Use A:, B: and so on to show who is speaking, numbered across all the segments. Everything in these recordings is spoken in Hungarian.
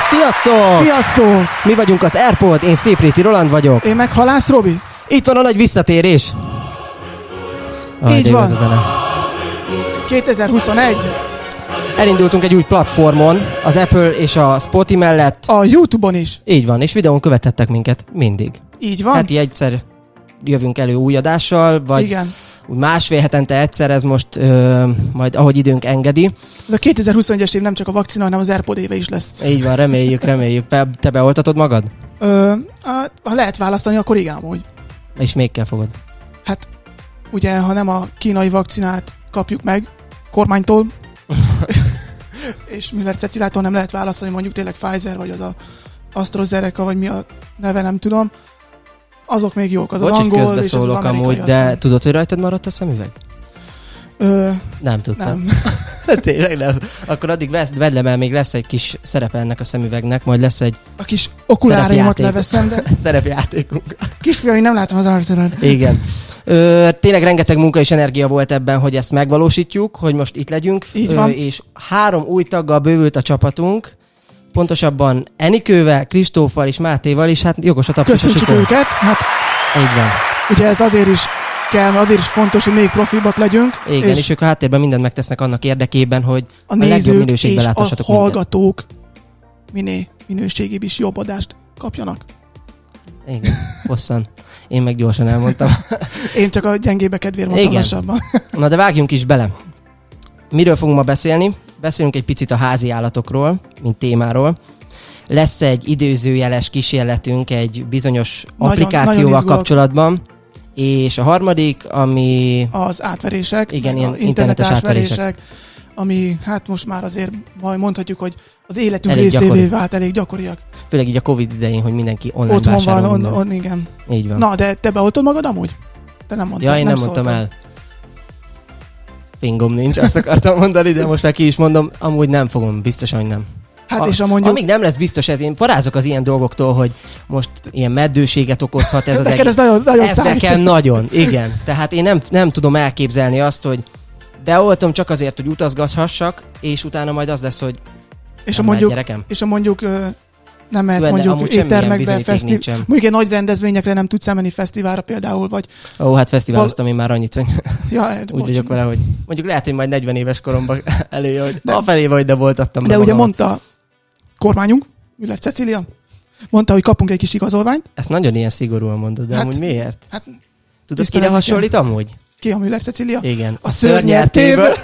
A: Sziasztok!
B: Sziasztok!
A: Mi vagyunk az Airpod, én Szépréti Roland vagyok.
B: Én meg Halász Robi?
A: Itt van a nagy visszatérés. Aj,
B: Így
A: de jó
B: van.
A: ez a zene.
B: 2021.
A: Elindultunk egy új platformon, az Apple és a Spotify mellett.
B: A Youtube-on is.
A: Így van, és videón követhettek minket mindig.
B: Így van?
A: Heti egyszer jövünk elő új adással, Hát vagy
B: Igen.
A: úgy másfél hetente egyszer, ez most ö, majd ahogy időnk engedi.
B: Ez a 2021-es év nem csak a vakcina, hanem az Airpod éve is lesz.
A: Így van, reméljük, reméljük. Te, te beoltatod magad?
B: Ö, hát, ha lehet választani, akkor igen, hogy.
A: És még kell fogod.
B: Hát, ugye, ha nem a kínai vakcinát kapjuk meg kormánytól, és Müller Cecilától nem lehet választani, mondjuk tényleg Pfizer, vagy az a AstraZeneca, vagy mi a neve, nem tudom. Azok még jók, az
A: Bocs,
B: az
A: hogy
B: angol, és az, az
A: közbeszólok
B: amerikai.
A: amúgy,
B: azt
A: de
B: hiszem.
A: tudod, hogy rajtad maradt a szemüveg?
B: Ö,
A: Nem tudtam.
B: nem.
A: Tényleg nem. Akkor addig vesz- vedd le, mert még lesz egy kis szerepe ennek a szemüvegnek, majd lesz egy
B: A kis okulárimat
A: Szerepjáték.
B: leveszem, de
A: szerepjátékunk.
B: Kisfiam, én nem látom az arcodat.
A: Igen. Ö, tényleg rengeteg munka és energia volt ebben, hogy ezt megvalósítjuk, hogy most itt legyünk.
B: Így
A: Ö,
B: van.
A: és három új taggal bővült a csapatunk. Pontosabban Enikővel, Kristóffal és Mátéval is, hát jogos a tapsot.
B: Köszönjük őket. Hát
A: Így van.
B: ugye ez azért is kell, mert azért is fontos, hogy még profibak legyünk.
A: Igen, és,
B: és
A: ők a háttérben mindent megtesznek annak érdekében, hogy
B: a
A: a legjobb
B: nézők
A: minőségben
B: és a
A: láthassatok mindent.
B: hallgatók minél minőségibb is jobb adást kapjanak.
A: Igen, hosszan. Én meg gyorsan elmondtam.
B: Én csak a gyengébe kedvéért mondtam
A: Igen.
B: lassabban.
A: Na de vágjunk is bele. Miről fogunk ma beszélni? Beszélünk egy picit a házi állatokról, mint témáról. Lesz egy időzőjeles kísérletünk egy bizonyos
B: Nagyon-
A: applikációval
B: nagyon izgulok.
A: kapcsolatban, és a harmadik, ami
B: Az átverések,
A: Igen,
B: meg
A: ilyen
B: a
A: internetes
B: internetes
A: átverések.
B: átverések, ami hát most már azért majd mondhatjuk, hogy az életünk
A: Elég
B: részévé
A: gyakori.
B: vált elég gyakoriak.
A: főleg így a Covid idején, hogy mindenki online
B: Otthon van,
A: vásárol
B: on,
A: mindent.
B: on, igen.
A: Így van.
B: Na, de te beoltod magad amúgy? Te nem mondtad.
A: ja, én nem, mondtam
B: szóltál.
A: el. Fingom nincs, azt akartam mondani, de most már ki is mondom, amúgy nem fogom, biztos, hogy nem.
B: Hát
A: A-
B: és a mondjuk...
A: Amíg nem lesz biztos ez, én parázok az ilyen dolgoktól, hogy most ilyen meddőséget okozhat ez az
B: Neked
A: egész.
B: ez nagyon, nagyon
A: ez
B: szállít.
A: nekem nagyon, igen. Tehát én nem, nem tudom elképzelni azt, hogy beoltom csak azért, hogy utazgathassak, és utána majd az lesz, hogy
B: És a
A: nem lehet
B: mondjuk,
A: gyerekem.
B: és a mondjuk ö, nem mehetsz
A: Benne
B: mondjuk
A: amúgy semmilyen
B: éttermekbe,
A: bizonyíték
B: feszti...
A: nincsen.
B: mondjuk egy nagy rendezvényekre nem tudsz elmenni fesztiválra például, vagy
A: Ó, hát fesztiváloztam én már annyit, hogy
B: ja,
A: úgy
B: bocs.
A: vagyok vele, hogy mondjuk lehet, hogy majd 40 éves koromban előjön, hogy de, afelé vagy, de voltattam.
B: De
A: be
B: ugye
A: magamat.
B: mondta kormányunk, Müller Cecília, mondta, hogy kapunk egy kis igazolványt.
A: Ezt nagyon ilyen szigorúan mondod, de
B: Hát-
A: hát, amúgy miért?
B: Hát
A: Tudod,
B: tisztelem
A: kire
B: nekem.
A: hasonlít amúgy?
B: ki a Müller Cecília?
A: Igen.
B: A szörnyertéből.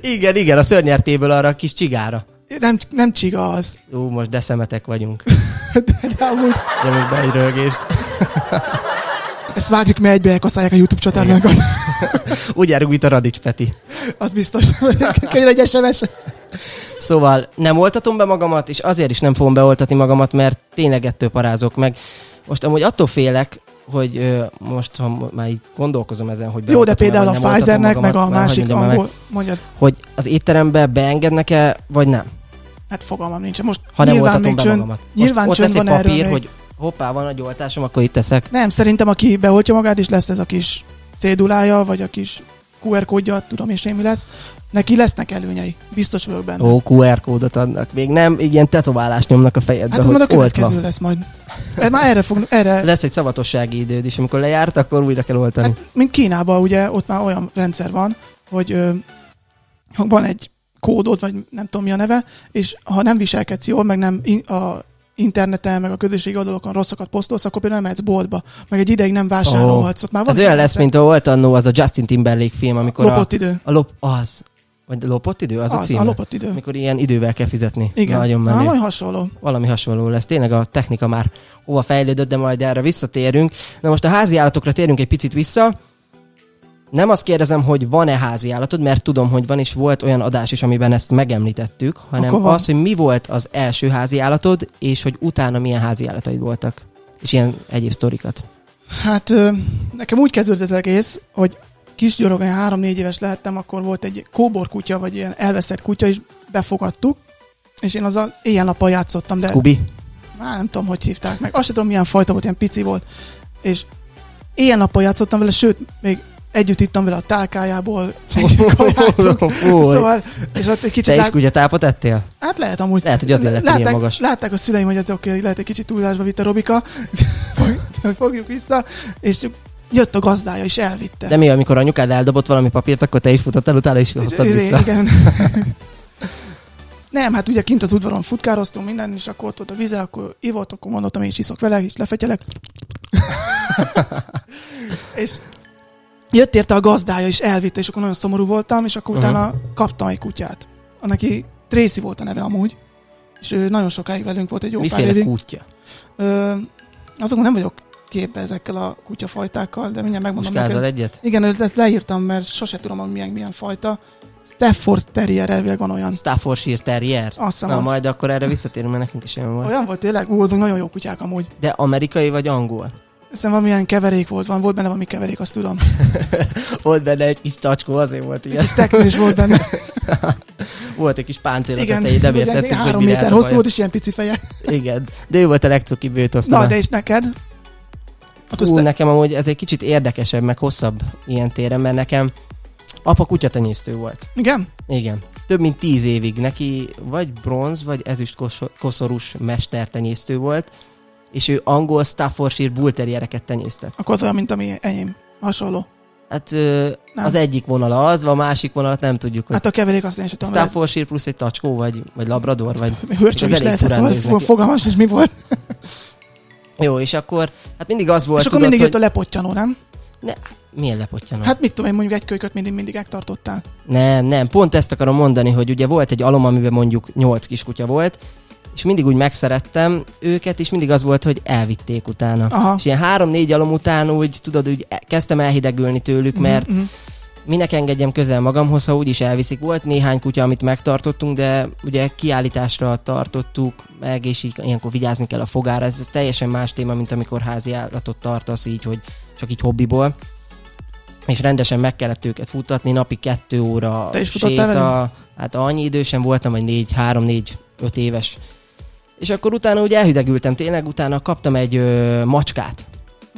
A: igen, igen, a szörnyertéből arra a kis csigára.
B: Nem, nem csiga az.
A: Ú, most de szemetek vagyunk.
B: De, de amúgy
A: De még be egy röhögést.
B: ezt vágjuk, mert egybe elkaszálják a YouTube csatornánkat.
A: Úgy járunk, mint a Radics Peti.
B: Az biztos. Kell egy SMS.
A: Szóval nem oltatom be magamat, és azért is nem fogom beoltatni magamat, mert tényleg ettől parázok meg. Most amúgy attól félek, hogy ö, most ha mo- már így gondolkozom ezen, hogy
B: Jó, de
A: beoltatom-e,
B: például
A: vagy
B: a
A: nem oltatom
B: Pfizernek, meg a
A: magamat, mert hogy
B: másik
A: mondjam már meg,
B: angol, mondjad,
A: Hogy az étterembe beengednek-e, vagy nem.
B: hát fogalmam nincs. Most
A: ha nem
B: nyilván
A: oltatom be
B: még csönd,
A: magamat.
B: nyilván
A: Most ott
B: csönd
A: lesz egy
B: van erről
A: papír,
B: még.
A: hogy hoppá, van egy oltásom, akkor itt teszek.
B: Nem, szerintem aki beoltja magát, és lesz ez a kis cédulája, vagy a kis QR kódja, tudom és én mi lesz, neki lesznek előnyei. Biztos vagyok benne.
A: Ó, QR kódot adnak. Még nem, így ilyen tetoválást nyomnak a fejedbe,
B: hát az
A: hogy
B: majd a
A: oltva.
B: következő lesz majd. Ez már erre fog, erre,
A: Lesz egy szavatossági időd is, amikor lejárt, akkor újra kell oltani.
B: hát, mint Kínában ugye, ott már olyan rendszer van, hogy ö, ha van egy kódod, vagy nem tudom mi a neve, és ha nem viselkedsz jól, meg nem in, a interneten, meg a közösségi oldalokon rosszakat posztolsz, akkor például nem mehetsz boltba, meg egy ideig nem vásárolhatsz. Ott már van
A: Oh, Ez olyan
B: egy
A: lesz, mint a volt annó az a Justin Timberlake film, amikor
B: lopott
A: a,
B: idő.
A: a lop, az, vagy a lopott idő, az,
B: Az,
A: a
B: az
A: cím.
B: a lopott idő.
A: Amikor ilyen idővel kell fizetni.
B: Igen.
A: Nagyon
B: Na,
A: menő.
B: majd hasonló.
A: Valami hasonló lesz. Tényleg a technika már hova fejlődött, de majd erre visszatérünk. Na most a házi állatokra térünk egy picit vissza. Nem azt kérdezem, hogy van-e házi állatod, mert tudom, hogy van, és volt olyan adás is, amiben ezt megemlítettük,
B: Akkor
A: hanem
B: van.
A: az, hogy mi volt az első házi állatod, és hogy utána milyen házi állataid voltak. És ilyen egyéb sztorikat.
B: Hát ö, nekem úgy kezdődött az egész, hogy kisgyorogan három-négy éves lehettem, akkor volt egy kóbor kutya, vagy ilyen elveszett kutya, és befogadtuk, és én azzal éjjel-nappal játszottam, de
A: Scooby?
B: már nem tudom, hogy hívták meg. Azt sem tudom, milyen fajta volt, ilyen pici volt. És éjjel-nappal játszottam vele, sőt, még együtt ittam vele a tálkájából, együtt kajáltunk. szóval, és ott egy kicsit
A: Te is
B: lát,
A: kutyatápot ettél?
B: hát lehet amúgy.
A: Lehet, hogy azért lett ilyen
B: látták,
A: magas.
B: látták a szüleim, hogy ez oké, okay, lehet egy kicsit túlzásba vitte Robika, Fog- fogjuk vissza, és jött a gazdája, és elvitte.
A: De mi, amikor anyukád eldobott valami papírt, akkor te is futottál utána, és hoztad
B: Igen,
A: vissza.
B: Igen. Nem, hát ugye kint az udvaron futkároztunk minden, és akkor ott volt a vize, akkor ivott, akkor mondottam, én is iszok vele, és lefetyelek. és jött érte a gazdája, és elvitte, és akkor nagyon szomorú voltam, és akkor
A: Aha.
B: utána kaptam egy kutyát. Neki Tracy volt a neve amúgy, és ő nagyon sokáig velünk volt, egy jó pár
A: Miféle
B: évig.
A: kutya?
B: Ö, azokon nem vagyok képbe ezekkel a kutyafajtákkal, de mindjárt megmondom neked.
A: Muskázol egyet?
B: Igen, ezt ezt leírtam, mert sose tudom, hogy milyen, milyen fajta. Stafford Terrier elvileg van olyan.
A: Staffordshire Terrier.
B: Azt hiszem,
A: Na,
B: az.
A: majd akkor erre visszatérünk, mert nekünk is olyan volt.
B: Olyan volt tényleg, ú, azok nagyon jó kutyák amúgy.
A: De amerikai vagy angol?
B: Hiszem valamilyen keverék volt, van, volt benne valami keverék, azt tudom.
A: Volt benne egy kis tacskó, azért volt ilyen.
B: És teknős volt benne.
A: Volt egy kis páncél a
B: Igen,
A: tetején, nem
B: ugye,
A: értettük, hogy
B: három
A: mire
B: méter
A: elrabolja.
B: hosszú volt, és ilyen pici feje.
A: Igen, de ő volt a legcukibb, őt
B: Na,
A: osztom el.
B: de és neked? Akkor
A: Ú,
B: te-
A: nekem amúgy ez egy kicsit érdekesebb, meg hosszabb ilyen téren, mert nekem apa kutyatenyésztő volt.
B: Igen?
A: Igen. Több mint tíz évig neki vagy bronz, vagy ezüst koso- koszorús mestertenyésztő volt, és ő angol Staffordshire bullterjereket tenyésztett.
B: Akkor az olyan, mint ami enyém. Hasonló.
A: Hát ö,
B: Nem.
A: az egyik vonala az, a másik vonalat nem tudjuk, hogy
B: Hát a keverék azt én sem tudom. lehet-
A: Staffordshire plusz egy tacskó, vagy, vagy labrador, vagy...
B: Még Hörcsög
A: az elég
B: is lehet,
A: furán
B: szóval
A: néz
B: fo-
A: neki.
B: fogalmam sincs, mi volt.
A: Jó, és akkor hát mindig az volt,
B: és akkor
A: tudod,
B: mindig jött
A: hogy...
B: a lepottyanó, nem?
A: Milyen lepotyanó?
B: Hát mit tudom én, mondjuk egy kölyköt mindig, mindig megtartottál.
A: Nem, nem, pont ezt akarom mondani, hogy ugye volt egy alom, amiben mondjuk 8 kiskutya volt, és mindig úgy megszerettem őket, és mindig az volt, hogy elvitték utána.
B: Aha.
A: És ilyen három-négy alom után úgy, tudod, úgy e- kezdtem elhidegülni tőlük, mert
B: Mhm, mhm.
A: minek engedjem közel magamhoz, ha úgyis elviszik. Volt néhány kutya, amit megtartottunk, de ugye kiállításra tartottuk meg, és így ilyenkor vigyázni kell a fogára. Ez teljesen más téma, mint amikor házi állatot tartasz így, hogy csak így hobbiból. És rendesen meg kellett őket futtatni, napi kettő óra
B: Te is futottál
A: Hát annyi idősen voltam, vagy négy, három, négy, öt éves. És akkor utána ugye elhidegültem, tényleg utána kaptam egy ö, macskát.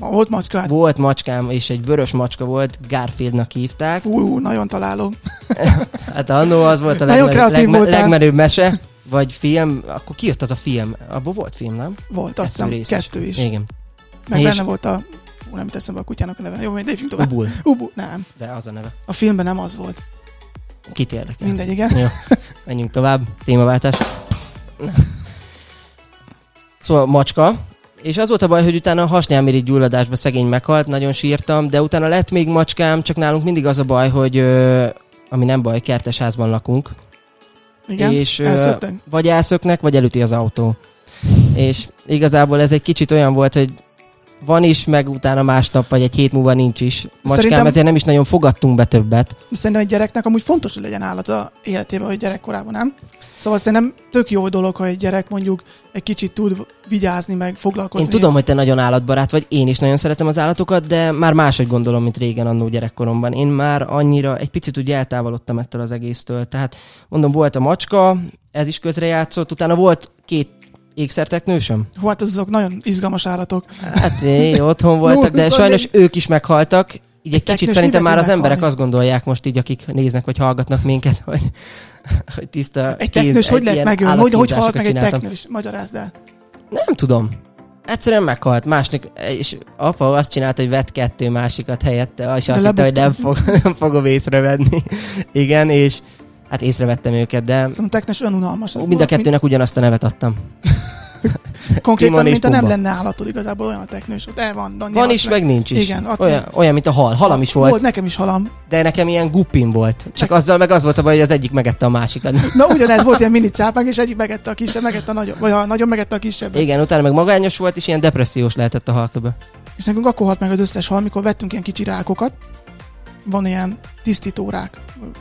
B: Ma Volt macskád?
A: Volt macskám, és egy vörös macska volt, Garfieldnak hívták.
B: Ú, ú, nagyon találó.
A: Hát annó az volt a
B: Nagyon
A: legmer-
B: kreatív
A: legme-
B: voltál.
A: legmerőbb mese, vagy film, akkor kijött az a film. Abból volt film, nem?
B: Volt, azt
A: Kettő
B: hiszem,
A: rész
B: kettő is.
A: Igen.
B: Meg
A: És-
B: benne volt a... Ú, nem teszem be a kutyának a neve. Jó, mindegy, lépjünk tovább.
A: Ubul.
B: Ubu, nem.
A: De az a neve.
B: A filmben nem az volt.
A: Kit érdekel?
B: Mindegy, igen.
A: Jó, menjünk tovább. Témaváltás. Szóval macska. És az volt a baj, hogy utána a hasnyálmirigy gyulladásba szegény meghalt, nagyon sírtam, de utána lett még macskám, csak nálunk mindig az a baj, hogy ö, ami nem baj, kertes házban lakunk,
B: Igen,
A: és,
B: és,
A: ö,
B: elszöktek.
A: vagy elszöknek, vagy elüti az autó. És igazából ez egy kicsit olyan volt, hogy van is, meg utána másnap, vagy egy hét múlva nincs is. Macskám,
B: Szerintem-
A: ezért nem is nagyon fogadtunk be többet.
B: Szerintem egy gyereknek amúgy fontos, hogy legyen állat a életében, hogy gyerekkorában, nem? Szóval szerintem tök jó dolog, ha egy gyerek mondjuk egy kicsit tud vigyázni, meg foglalkozni.
A: Én tudom, hogy te nagyon állatbarát vagy, én is nagyon szeretem az állatokat, de már máshogy gondolom, mint régen annó gyerekkoromban. Én már annyira, egy picit úgy eltávolodtam ettől az egésztől. Tehát mondom, volt a macska, ez is közrejátszott, utána volt két ékszerteknősöm.
B: Hú, hát azok nagyon izgalmas állatok.
A: Hát é, otthon voltak, de
B: Nulla
A: sajnos ők is meghaltak. Így egy
B: Teknős
A: kicsit szerintem
B: mivel
A: már az
B: tud
A: emberek
B: meghalni?
A: azt gondolják most így, akik néznek vagy hallgatnak minket, hogy, hogy tiszta
B: Egy
A: kéz-
B: teknős hogy lehet
A: ilyen
B: megölni? Hogy, hogy halt
A: állatkínzásokat
B: meg egy
A: csináltam.
B: teknős? Magyarázd el.
A: Nem tudom. Egyszerűen meghalt, másnak, és apa azt csinálta, hogy vett kettő másikat helyette, és azt hitte, hogy
B: lebuktam.
A: nem, fog, nem fogom észrevenni. Igen, és hát észrevettem őket, de
B: Szerintem a teknős önunalmas. Ez
A: mind a
B: volt,
A: kettőnek ugyanazt a nevet adtam.
B: mint- Konkrétan,
A: Timon és
B: mint a nem
A: Pumba.
B: lenne állatod igazából olyan a teknős. Ott el van, Dani,
A: Van
B: halt
A: is, meg nincs is.
B: Igen, aci.
A: olyan, olyan, mint a hal. Halam is volt.
B: Volt nekem is halam.
A: De nekem ilyen guppin volt. Csak azzal meg az volt a baj, hogy az egyik megette a másikat.
B: Na ugyanez volt ilyen mini cápánk, és egyik megette a kisebb, megette a nagyobb, vagy a nagyobb megette a kisebb.
A: Igen, utána meg magányos volt, és ilyen depressziós lehetett a halköbö.
B: És nekünk akkor halt meg az összes hal, mikor vettünk ilyen kicsi rákokat. Van ilyen tisztítórák.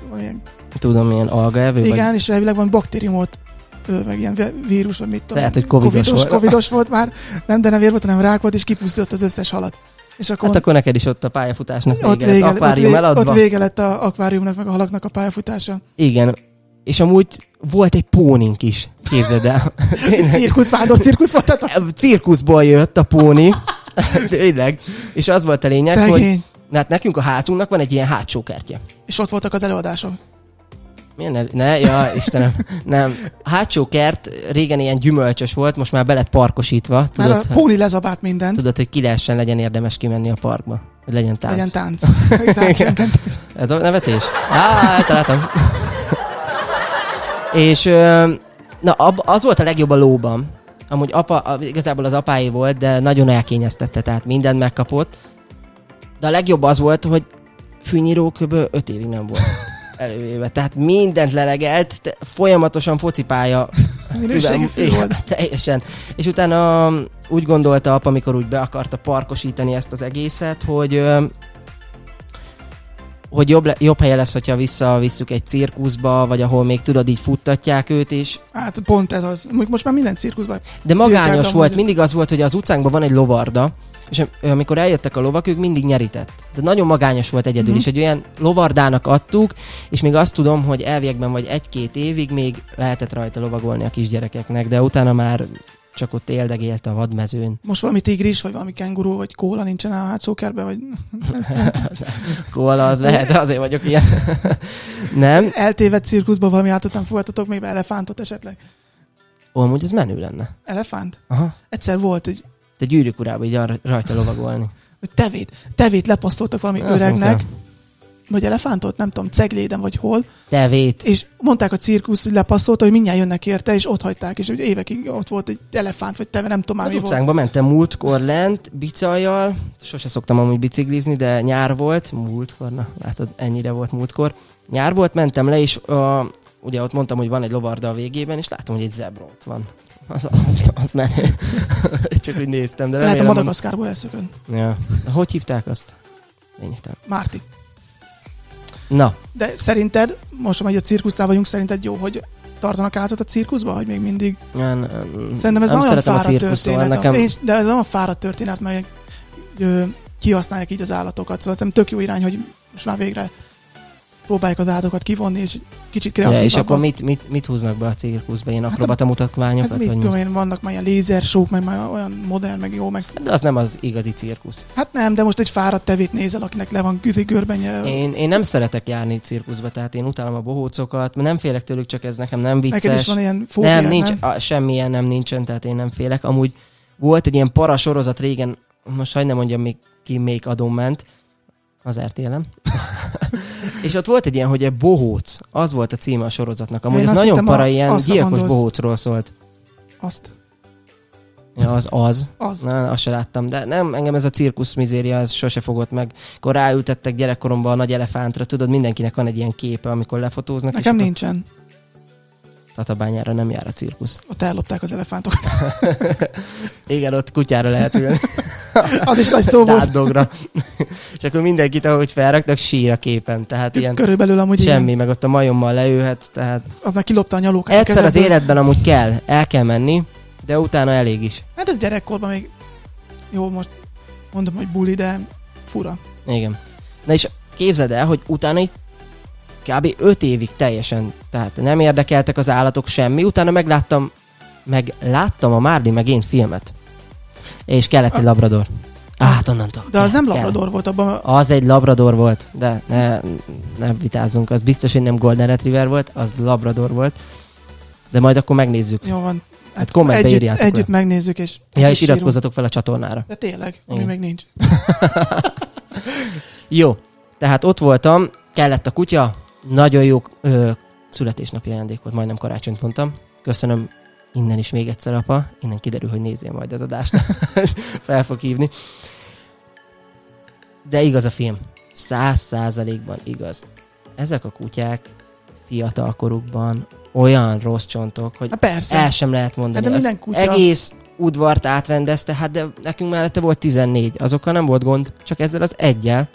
B: Vagy ilyen.
A: Tudom, ilyen algaevő vagy.
B: Igen, és elvileg van baktériumot, ö, meg ilyen vi- vírus, vagy mit tudom.
A: Lehet,
B: én.
A: hogy covidos volt.
B: covidos volt már, nem, de nem vér volt, hanem rák volt, és kipusztított az összes halat. És akkor
A: Hát akkor neked is ott a pályafutásnak
B: ott,
A: vége,
B: vége,
A: lett,
B: ott,
A: akvárium
B: vége, ott
A: eladva.
B: vége lett a akváriumnak, meg a halaknak a pályafutása.
A: Igen. És amúgy volt egy pónink is, képzeld el.
B: Egy
A: Tényleg.
B: cirkusz, vándor cirkusz volt, tehát a
A: Cirkuszból jött a póni. Tényleg. És az volt a lényeg, hogy
B: szegény.
A: Na hát nekünk a házunknak van egy ilyen hátsó kertje.
B: És ott voltak az előadások.
A: Milyen el... Ne, ja, Istenem, nem. A hátsó kert régen ilyen gyümölcsös volt, most már belet parkosítva.
B: Már
A: Tudod,
B: a
A: hogy,
B: Póni lezabált mindent,
A: tudod, hogy ki lehessen, legyen érdemes kimenni a parkba. Hogy legyen tánc.
B: legyen tánc. Zárt csökkentés.
A: Ez a nevetés? Á, találtam. és ö, na, ab, az volt a legjobb a lóban. Amúgy apa, a- igazából az apáé volt, de nagyon elkényeztette, tehát mindent megkapott. De a legjobb az volt, hogy fűnyíró kb. 5 évig nem volt elővéve. Tehát mindent lelegelt, te- folyamatosan focipálya.
B: Minőségi fű
A: Igen,
B: volt.
A: Teljesen. És utána um, úgy gondolta apa, amikor úgy be akarta parkosítani ezt az egészet, hogy um, hogy jobb, le, jobb helye lesz, hogyha visszavisszük egy cirkuszba, vagy ahol még tudod, így futtatják őt is.
B: Hát pont ez az. Mondjuk Most már minden cirkuszban.
A: De magányos
B: Tiltják
A: volt,
B: amúgy.
A: mindig az volt, hogy az utcánkban van egy lovarda, és am- amikor eljöttek a lovak, ők mindig nyerített. De nagyon magányos volt egyedül mm. is, egy olyan lovardának adtuk, és még azt tudom, hogy elviekben vagy egy-két évig még lehetett rajta lovagolni a kisgyerekeknek, de utána már csak ott éldegélt a vadmezőn.
B: Most valami tigris, vagy valami kenguru, vagy kóla nincsen a hátsókerbe, vagy
A: Kóla az lehet, de azért vagyok ilyen. Nem?
B: eltévedt cirkuszban valami állatot nem fogadtatok még be, elefántot esetleg.
A: Ó, amúgy ez menő lenne.
B: Elefánt?
A: Aha.
B: Egyszer volt, hogy,
A: Te gyűrűk urába így arra- rajta lovagolni.
B: hogy tevét, tevét lepasztoltak valami
A: Az
B: öregnek,
A: mondta.
B: vagy elefántot, nem tudom, cegléden vagy hol,
A: Tevét.
B: és mondták a cirkusz, hogy lepasztolta, hogy mindjárt jönnek érte, és ott hagyták, és ugye évekig ott volt egy elefánt, vagy teve, nem tudom már
A: Az
B: mi volt.
A: utcánkba mentem múltkor lent, bicajjal, sose szoktam amúgy biciklizni, de nyár volt, múltkor, na látod, ennyire volt múltkor. Nyár volt, mentem le, és a, ugye ott mondtam, hogy van egy lovarda a végében, és látom, hogy egy zebra ott van. Az, az, az menő. Csak úgy néztem, de
B: Lehet a
A: remélem...
B: Madagaszkárból elszökön.
A: ja. Hogy hívták azt? Lényegtelen.
B: Márti.
A: Na,
B: De szerinted, most hogy a cirkusznál vagyunk, szerinted jó, hogy tartanak állatot a cirkuszba, hogy még mindig?
A: nem, nem,
B: Szerintem ez
A: nem
B: nem olyan
A: szeretem a
B: fáradt
A: cirkuszt, szóval
B: történet.
A: nekem...
B: Nekem... de ez olyan fáradt történet, mely ö, kihasználják így az állatokat. Szóval szerintem tök jó irány, hogy most már végre próbálják az állatokat kivonni, és kicsit
A: Ja,
B: kreatívabbak.
A: és akkor mit, mit, mit, húznak be a cirkuszba? Ilyen akrobata mutatványokat?
B: Hát mit
A: vagy mi?
B: tudom én, vannak már ilyen lézersók, meg már olyan modern, meg jó, meg...
A: Hát De az nem az igazi cirkusz.
B: Hát nem, de most egy fáradt tevét nézel, akinek le van küzi görbenye.
A: Én, én nem szeretek járni cirkuszba, tehát én utálom a bohócokat, nem félek tőlük, csak ez nekem nem vicces.
B: Neked is van ilyen fóbiád,
A: nem, nincs, A, semmilyen nem nincsen, tehát én nem félek. Amúgy volt egy ilyen para sorozat régen, most hagyd ne mondjam még ki, még adom ment, az rtl és ott volt egy ilyen, hogy egy bohóc, az volt a címe a sorozatnak. Amúgy
B: Én
A: ez
B: azt
A: nagyon
B: hittem,
A: para,
B: a-
A: ilyen
B: azra
A: gyilkos
B: gondolsz.
A: bohócról szólt.
B: Azt,
A: Ja, az az.
B: azt.
A: Na, azt se láttam, de nem, engem ez a cirkusz mizéria, ez sose fogott meg. Akkor ráültettek gyerekkoromban a nagy elefántra, tudod, mindenkinek van egy ilyen képe, amikor lefotóznak,
B: Nekem
A: és
B: nincsen.
A: akkor tatabányára nem jár a cirkusz.
B: Ott ellopták az elefántokat.
A: Igen, ott kutyára lehet ülni,
B: Az is nagy szó volt.
A: dátdogra. és akkor mindenkit, ahogy felraknak, sír a képen, tehát ilyen
B: Körülbelül amúgy
A: semmi,
B: Semmi.
A: meg ott a majommal leülhet, tehát
B: Az már kilopta a nyalókát. a
A: egyszer az
B: kezemből.
A: életben amúgy kell, el kell menni, de utána elég is.
B: Hát ez gyerekkorban még... Jó, most mondom, hogy buli, de fura.
A: Igen. Na és képzeld el, hogy utána itt kb. 5 évig teljesen, tehát nem érdekeltek az állatok semmi, utána megláttam, meg láttam a Márdi meg én filmet. És kellett egy labrador. Hát onnantól.
B: De az
A: kell,
B: nem
A: kell.
B: labrador volt abban. a-
A: Az egy labrador volt, de ne, ne vitázunk, az biztos, hogy nem Golden Retriever volt, az labrador volt. De majd akkor megnézzük.
B: Jó van.
A: Hát kommentbe
B: együtt,
A: írjátok
B: együtt
A: le.
B: megnézzük, és...
A: Ja,
B: és
A: és
B: sírunk.
A: iratkozzatok fel a csatornára.
B: De tényleg, ami
A: Igen.
B: még nincs.
A: Jó, tehát ott voltam, kellett a kutya, nagyon jó ö, születésnapi ajándék volt, majdnem karácsonyt mondtam. Köszönöm innen is még egyszer, apa. Innen kiderül, hogy nézzél majd az adást. Fel fog hívni. De igaz a film. Száz százalékban igaz. Ezek a kutyák fiatalkorukban olyan rossz csontok, hogy
B: Hát persze.
A: el sem lehet mondani.
B: Hát de
A: Az
B: minden kutya-
A: Egész udvart átrendezte, hát de nekünk mellette volt 14, azokkal nem volt gond, csak ezzel az egyel.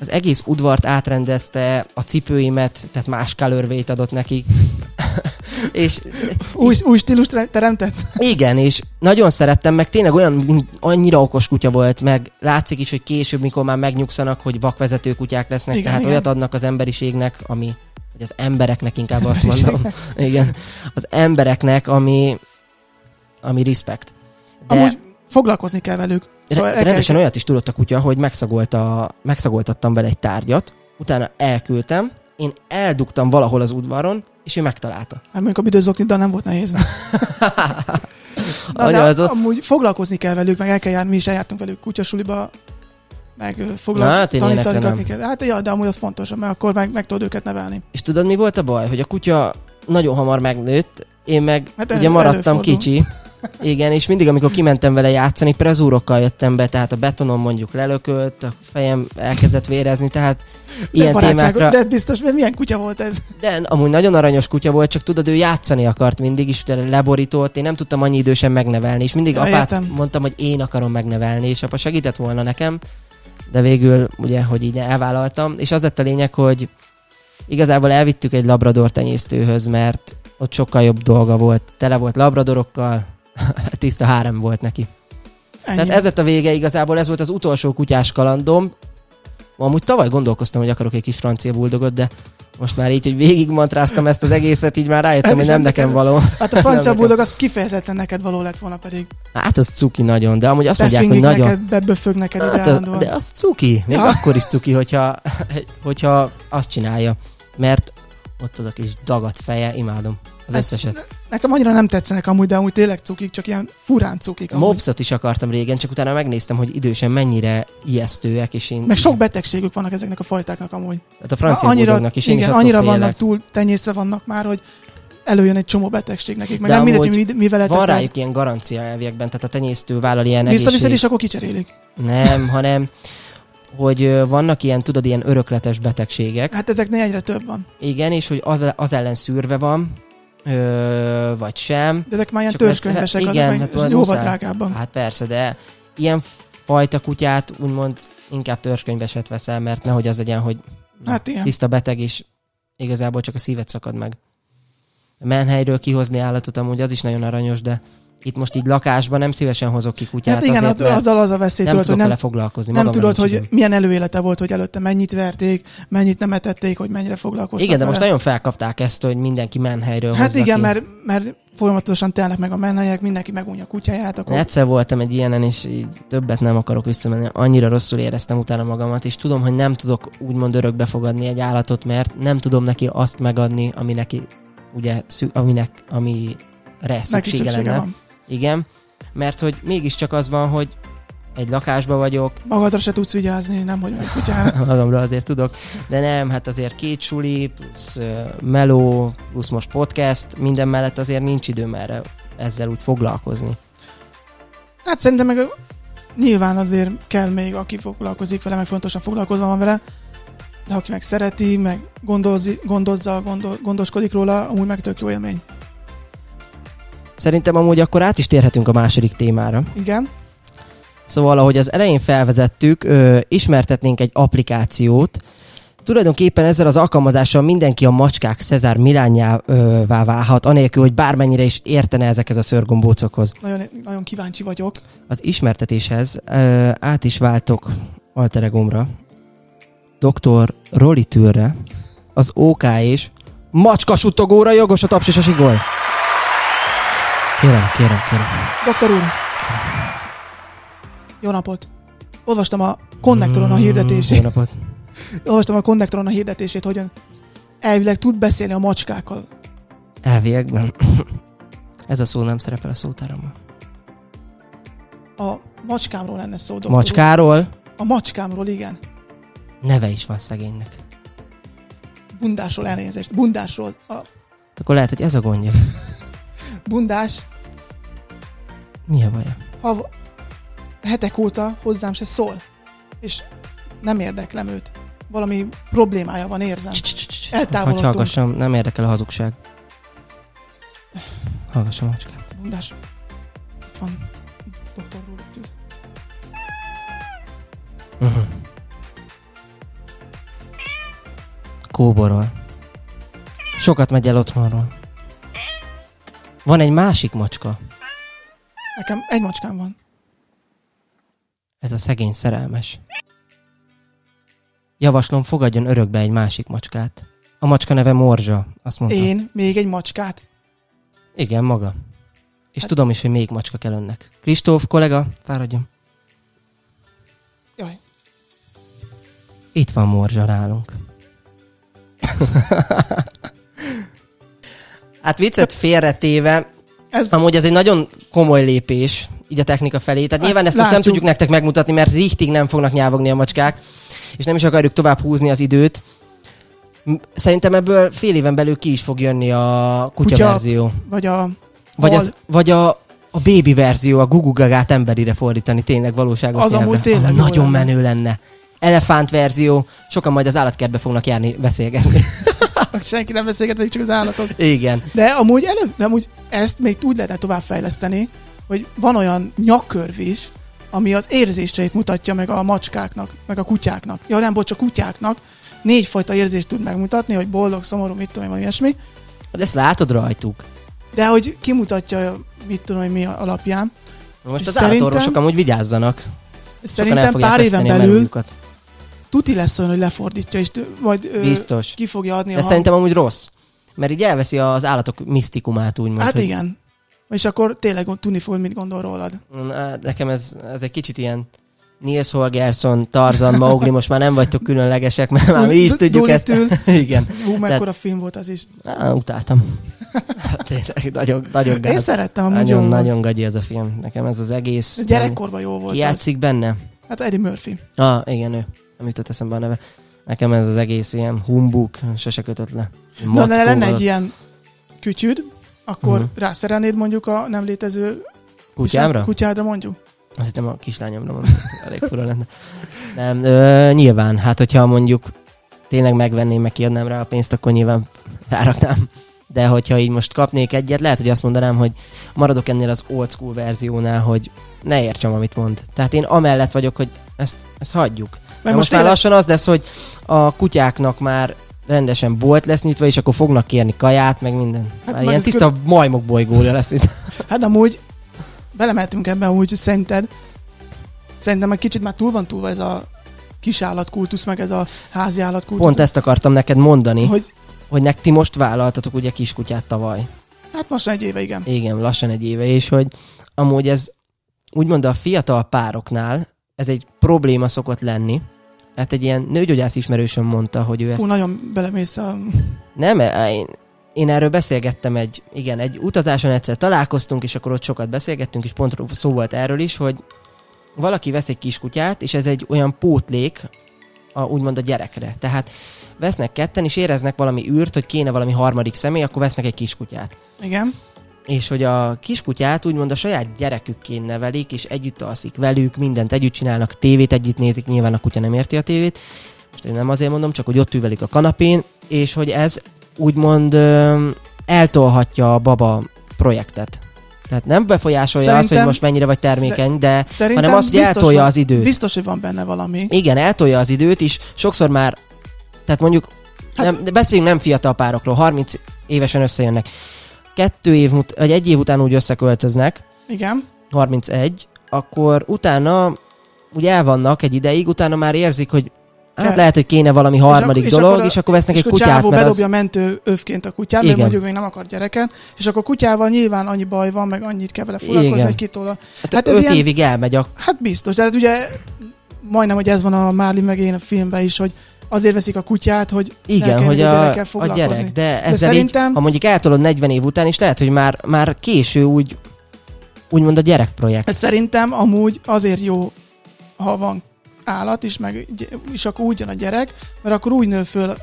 A: Az egész udvart átrendezte, a cipőimet, tehát más colorway adott nekik. és
B: Új, új stílust re- teremtett?
A: igen, és nagyon szerettem, meg tényleg olyan, mint annyira okos kutya volt, meg látszik is, hogy később, mikor már megnyugszanak, hogy vakvezető kutyák lesznek,
B: Igen,
A: igen, tehát
B: igen.
A: igen. olyat adnak az emberiségnek, ami, vagy az embereknek inkább Hát azt mondom. igen, az embereknek, ami, ami respect. De
B: Amúgy foglalkozni kell velük.
A: Szóval
B: el kell-
A: rendesen olyat is tudott a kutya, hogy megszagolta, megszagoltattam vele egy tárgyat, utána elküldtem, én eldugtam valahol az udvaron, és ő megtalálta.
B: Hát mondjuk a büdőzokni, de nem volt nehéz. Na, de
A: Anya, az ott-
B: amúgy foglalkozni kell velük, meg el kell járni, mi is eljártunk velük kutyasuliba, meg
A: Na, hát én
B: foglalkozni, hát
A: ilyenekre
B: tanítani
A: nem.
B: kell. Hát ja, de amúgy az fontos, mert akkor meg, meg tudod őket nevelni.
A: És tudod, mi volt a baj? Hogy a kutya nagyon hamar megnőtt, én meg
B: Hát
A: hát
B: elő-
A: ugye maradtam
B: előfordul.
A: kicsi. Igen, és mindig, amikor kimentem vele játszani, prezúrokkal jöttem be, tehát a betonon mondjuk lelökölt, a fejem elkezdett vérezni, tehát ilyen
B: de, barátságos-
A: témákra... De...
B: de biztos, mert milyen kutya volt ez?
A: de amúgy nagyon aranyos kutya volt, csak tudod, ő játszani akart mindig, és utána leborított, én nem tudtam annyi idősen megnevelni, és mindig
B: Ja,
A: ja, apát
B: értem.
A: mondtam, hogy én akarom megnevelni, és apa segített volna nekem, de végül ugye, hogy így elvállaltam, és az lett a lényeg, hogy igazából elvittük egy labrador tenyésztőhöz, mert ott sokkal jobb dolga volt. Tele volt labradorokkal, tiszta hárem volt neki.
B: Ennyi.
A: Tehát Hát ez lett a vége igazából, ez volt az utolsó kutyás kalandom. Amúgy tavaly gondolkoztam, hogy akarok egy kis francia buldogot, de most már így, hogy végigmantráztam ezt az egészet, így már rájöttem,
B: Nem
A: hogy
B: is
A: nem
B: nem
A: nekem
B: neked.
A: való.
B: Hát a francia
A: nekem.
B: buldog az kifejezetten neked való lett volna pedig.
A: Hát az cuki nagyon, de amúgy azt mondják, hogy
B: Befingik
A: nagyon...
B: neked, beböfög neked hát,
A: Hát,
B: ide állandóan.
A: az- de az cuki, még
B: Ja.
A: akkor is cuki, hogyha, hogyha azt csinálja. Mert ott az a kis dagat feje, imádom az
B: Ez-
A: összeset.
B: Nekem annyira nem tetszenek amúgy, de amúgy tényleg cukik, csak ilyen furán cukik. amúgy.
A: Mopsot is akartam régen, csak utána megnéztem, hogy idősen mennyire ijesztőek, és én...
B: Meg sok betegségük vannak ezeknek a fajtáknak amúgy.
A: Tehát a francia bulldognak is, én
B: igen,
A: is attól
B: annyira
A: félek.
B: vannak túl tenyészve vannak már, hogy előjön egy csomó betegség nekik. Meg
A: De
B: nem mindegy,
A: amúgy
B: hogy mi- mivel
A: Van
B: etetek.
A: rájuk ilyen garancia elviekben, tehát a tenyésztő vállal ilyen
B: Visszaviszed,
A: egészség...
B: és akkor kicserélik.
A: Nem, hanem hogy ö, vannak ilyen, tudod, ilyen örökletes betegségek,
B: Hát ezeknél egyre több van.
A: igen, és hogy az, az ellen szűrve van, ö, vagy sem.
B: De ezek már ilyen
A: Csak ezt-
B: törzskönyvesek,
A: hát
B: azok
A: igen,
B: meg
A: hát majd
B: jóval
A: muszáj.
B: drágábban.
A: Hát persze, de ilyen fajta kutyát úgymond inkább törzskönyveset veszel, mert nehogy az legyen, hogy
B: Hát igen.
A: tiszta beteg, és igazából csak a szíved szakad meg. A menhelyről kihozni állatot amúgy az is nagyon aranyos, de itt most így lakásban nem szívesen hozok ki kutyát,
B: Hát igen,
A: azért,
B: att-
A: mert
B: azzal az a veszély,
A: nem
B: tudod, hogy
A: tudok
B: nem
A: vele foglalkozni.
B: Nem
A: magamra
B: tudod,
A: nincs
B: hogy
A: időm.
B: milyen előélete volt, hogy előtte mennyit verték, mennyit nem etették, hogy mennyire foglalkoztak
A: Igen, de most
B: vele.
A: nagyon felkapták ezt, hogy mindenki menhelyről
B: Hát
A: hozza
B: igen,
A: ki.
B: mert, mert folyamatosan telnek meg a menhelyek, mindenki megunja a kutyáját, akkor hát,
A: Egyszer voltam egy ilyenen, és így többet nem akarok visszamenni. Annyira rosszul éreztem utána magamat, és tudom, hogy nem tudok úgymond örökbe fogadni egy állatot, mert nem tudom neki azt megadni, ami neki, ugye, szü- aminek, amire
B: neki
A: szüksége,
B: szüksége
A: lenne.
B: van.
A: Igen, mert hogy mégiscsak az van, hogy egy lakásban vagyok,
B: Magadra se tudsz vigyázni, nem hogy egy kutyára.
A: magamra azért tudok, de nem, hát azért két suli, plusz ö, meló, plusz most podcast, minden mellett azért nincs időm erre ezzel úgy foglalkozni.
B: Hát szerintem meg nyilván azért kell még, aki foglalkozik vele, meg fontosan foglalkozva van vele, de aki meg szereti, meg gondolzi, gondozza, gondol, gondoskodik róla, amúgy meg tök jó élmény.
A: Szerintem amúgy akkor át is térhetünk a második témára.
B: Igen.
A: Szóval, ahogy az elején felvezettük, ö, ismertetnénk egy applikációt. Tulajdonképpen ezzel az alkalmazással mindenki a macskák Cezár Milányává válhat, anélkül, hogy bármennyire is értene ezekhez a szörgombócokhoz.
B: Nagyon, nagyon kíváncsi vagyok.
A: Az ismertetéshez ö, át is váltok alteregomra, dr. Roli Tűrre, az OK és macska suttogóra jogos a taps és a sigoly. Kérem, kérem, kérem.
B: Doktor úr! Jó napot! Olvastam a konnektoron a
A: Mm, jó
B: hirdetését.
A: napot.
B: Olvastam a konnektoron a hirdetését, hogy ön elvileg tud beszélni a macskákkal.
A: Elviekben. Ez a szó nem szerepel a szótáramban.
B: A macskámról lenne szó, doktor úr.
A: Macskáról
B: A macskámról, igen.
A: neve is van szegénynek.
B: Bundásról elnézést. Bundásról. A
A: Akkor lehet, hogy ez a gondja.
B: bundás
A: Mi a baja?
B: hav- hetek óta hozzám se szól. És nem érdeklem őt. Valami problémája van, érzem.
A: Cs-cs-cs-cs.
B: Eltávolodtunk.
A: Hagyj, hallgassam, nem érdekel a hazugság. Hallgassam a macskát.
B: Bundás. Itt van. Doktor úr.
A: Uh-huh. Kóborol. Sokat megy el otthonról. Van egy másik macska.
B: Nekem egy macskám van.
A: Ez a szegény szerelmes. Javaslom, fogadjon örökbe egy másik macskát. A macska neve Morzsa, azt mondta.
B: Én még egy macskát.
A: Igen, maga. És hát... tudom is, hogy még macska kell önnek. Kristóf, kollega, fáradjon.
B: Jaj.
A: Itt van morzsa nálunk. hát viccet félretéve,
B: Ez,
A: amúgy ez egy nagyon komoly lépés, így a technika felé. Tehát nyilván ezt most nem
B: Hát, látjuk.
A: tudjuk nektek megmutatni, mert richtig nem fognak nyávogni a macskák, és nem is akarjuk tovább húzni az időt. M- Szerintem ebből fél éven belül ki is fog jönni a kutya,
B: Kutya.
A: verzió.
B: vagy a...
A: Vagy,
B: hol-
A: az, vagy a, a baby verzió, a gugugagát emberire fordítani tényleg valóságos
B: Az
A: nyelvre.
B: amúgy tényleg
A: Ah,
B: jó
A: Nagyon
B: lenne.
A: menő lenne. Elefánt verzió, sokan majd az állatkertbe fognak járni, beszélgetni.
B: Senki nem beszélget, még csak az állatok.
A: Igen.
B: De amúgy elő, de amúgy ezt még úgy lehetne továbbfejleszteni, hogy van olyan nyakkörv is, ami az érzéseit mutatja meg a macskáknak, meg a kutyáknak. Ja, nem, bocs, a kutyáknak. Négyfajta érzést tud megmutatni, hogy boldog, szomorú, mit tudom én, valami ilyesmi.
A: De Hát ezt látod rajtuk.
B: De hogy kimutatja, mit tudom én, mi alapján.
A: Most
B: És
A: az
B: szerintem-
A: állatorvosok amúgy vigyázzanak. Sokan el
B: Szerintem
A: fogják
B: pár éven
A: veszteni a
B: belül
A: melójukat.
B: tuti lesz olyan, hogy lefordítja, és t- majd ö,
A: Biztos.
B: ki fogja adni
A: De
B: a hang...
A: szerintem amúgy rossz. Mert így elveszi az állatok misztikumát, úgymond.
B: Hát
A: hogy-
B: igen. És akkor tényleg tudni fog, mit gondol rólad.
A: Na, Nekem ez, ez egy kicsit ilyen Niels Holgersson, Tarzan, Mowgli, most már nem vagytok különlegesek, mert már mi is
B: Du-
A: tudjuk ezt.
B: Doolittle.
A: Igen.
B: Hú, mekkora film volt az is.
A: Á, utáltam. Hát Tényleg, nagyon, nagyon
B: Én
A: gáz.
B: szerettem, amúgy jó
A: Nagyon,
B: volt.
A: nagyon gagyi ez a film. Nekem ez az egész.
B: Ez Gyerekkorban jó volt
A: Ki
B: az.
A: játszik benne?
B: Hát Eddie Murphy.
A: Ah, igen, ő. Nem jutott eszembe a neve. Nekem ez az egész ilyen humbuk, sose kötött le.
B: Na,
A: Mackó
B: de lenne
A: volt.
B: egy ilyen kütyűd, akkor
A: Mhm.
B: uh-huh. rászerelnéd mondjuk a nem létező
A: Kutyámra?
B: kutyádra mondjuk.
A: Azt hittem a kislányomra mondom, elég fura lenne. Nem, ö, nyilván, hát hogyha mondjuk tényleg megvenném, meg kiadnám rá a pénzt, akkor nyilván ráraknám. De hogyha így most kapnék egyet, lehet, hogy azt mondanám, hogy maradok ennél az old school verziónál, hogy ne értsem, amit mond. Tehát én amellett vagyok, hogy ezt, ezt hagyjuk. Mert most, most már
B: tényleg-
A: lassan az lesz, hogy a kutyáknak már rendesen bolt lesz nyitva, és akkor fognak kérni kaját, meg minden.
B: Hát
A: Hát már
B: meg
A: ilyen
B: ez
A: tiszta majmok bolygója lesz itt.
B: Hát amúgy belemeltünk ebbe, úgy hogy szerinted szerintem egy kicsit már túl van túlva ez a kisállatkultusz, meg ez a háziállatkultusz.
A: Pont ezt akartam neked mondani.
B: Hogy,
A: hogy nekti most vállaltatok ugye kiskutyát tavaly.
B: hát most egy éve, igen.
A: Igen, lassan egy éve, és hogy amúgy ez úgymond a fiatal pároknál ez egy probléma szokott lenni. Hát egy ilyen nőgyógyász ismerősöm mondta, hogy ő ezt...
B: Hú, nagyon belemész a...
A: Nem, e, én, én erről beszélgettem egy, igen, egy utazáson egyszer találkoztunk, és akkor ott sokat beszélgettünk, és pont szó volt erről is, hogy valaki vesz egy kiskutyát, és ez egy olyan pótlék, a, úgymond a gyerekre. Tehát vesznek ketten, és éreznek valami űrt, hogy kéne valami harmadik személy, akkor vesznek egy kiskutyát
B: Igen.
A: és hogy a kiskutyát úgymond a saját gyerekükként nevelik, és együtt alszik velük, mindent együtt csinálnak, tévét együtt nézik, nyilván a kutya nem érti a tévét. Most én nem azért mondom, csak hogy ott üvelik a kanapén, és hogy ez úgymond ö, eltolhatja a baba projektet. Tehát nem befolyásolja Szerintem... azt, hogy
B: Szerintem-
A: most mennyire vagy termékeny, de
B: Szerintem
A: hanem azt, hogy
B: biztos
A: eltolja
B: van,
A: az időt.
B: Biztos, hogy van benne valami.
A: Igen, eltolja az időt is, sokszor már, tehát mondjuk,
B: Hát-
A: hát, nem, de beszéljünk nem fiatal párokról, 30 évesen összejönnek. Kettő év, mut- vagy egy év után úgy összeköltöznek,
B: Igen.
A: 31, akkor utána úgy el vannak egy ideig, utána már érzik, hogy
B: Kell.
A: hát lehet, hogy kéne valami harmadik
B: és
A: dolog,
B: akkor a-
A: és akkor vesznek
B: és
A: egy
B: akkor
A: kutyát,
B: csávó
A: mert
B: bedobja
A: az,
B: az... mentő övként a kutyát, mert
A: Igen.
B: mondjuk még nem akar gyereket, és akkor kutyával nyilván annyi baj van, meg annyit kell vele foglalkozni,
A: Igen.
B: hogy kitól a...
A: hát
B: hát ez
A: öt
B: ilyen-
A: évig elmegy a
B: Hát biztos, de hát ugye majdnem, hogy ez van a Márli meg én a filmben is, hogy azért veszik a kutyát, hogy
A: Igen,
B: ne
A: hogy a,
B: kell
A: a gyerek, de ezzel szerintem...
B: szerintem-
A: így, ha mondjuk eltolod 40 év után is, lehet, hogy már, már késő úgy, úgymond a gyerekprojekt.
B: Ez szerintem amúgy azért jó, ha van állat is, meg, gy- és akkor úgy jön a gyerek, mert akkor úgy nő föl,